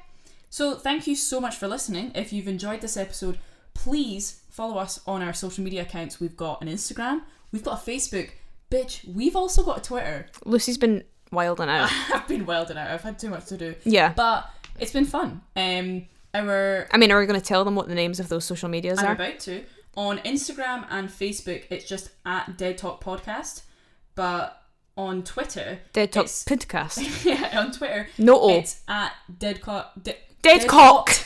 so thank you so much for listening if you've enjoyed this episode please follow us on our social media accounts we've got an instagram we've got a facebook bitch we've also got a twitter Lucy's been wilding out. i've been wilding out i've had too much to do yeah. but it's been fun um our I mean, are we going to tell them what the names of those social medias I'm are? about to. On Instagram and Facebook, it's just at Dead Talk Podcast. But on Twitter, Dead Talk it's- Podcast. yeah, on Twitter, No O. it's at Dead Cock. De- Dead Cock.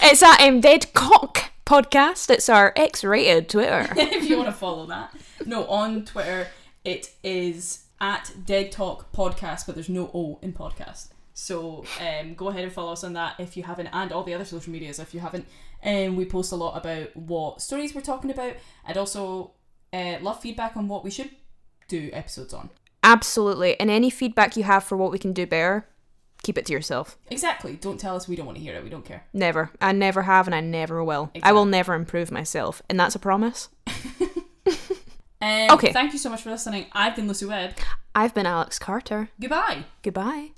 It's at um, Dead Cock Podcast. It's our X rated Twitter. if you want to follow that. No, on Twitter, it is at Dead Talk Podcast, but there's no O in podcast. So um, go ahead and follow us on that if you haven't, and all the other social medias if you haven't. Um, we post a lot about what stories we're talking about, and also uh, love feedback on what we should do episodes on. Absolutely. And any feedback you have for what we can do better, keep it to yourself. Exactly. Don't tell us we don't want to hear it. We don't care. Never. I never have and I never will. I will never improve myself. And that's a promise. Um, Okay. Thank you so much for listening. I've been Lucy Webb. I've been Alex Carter. Goodbye. Goodbye.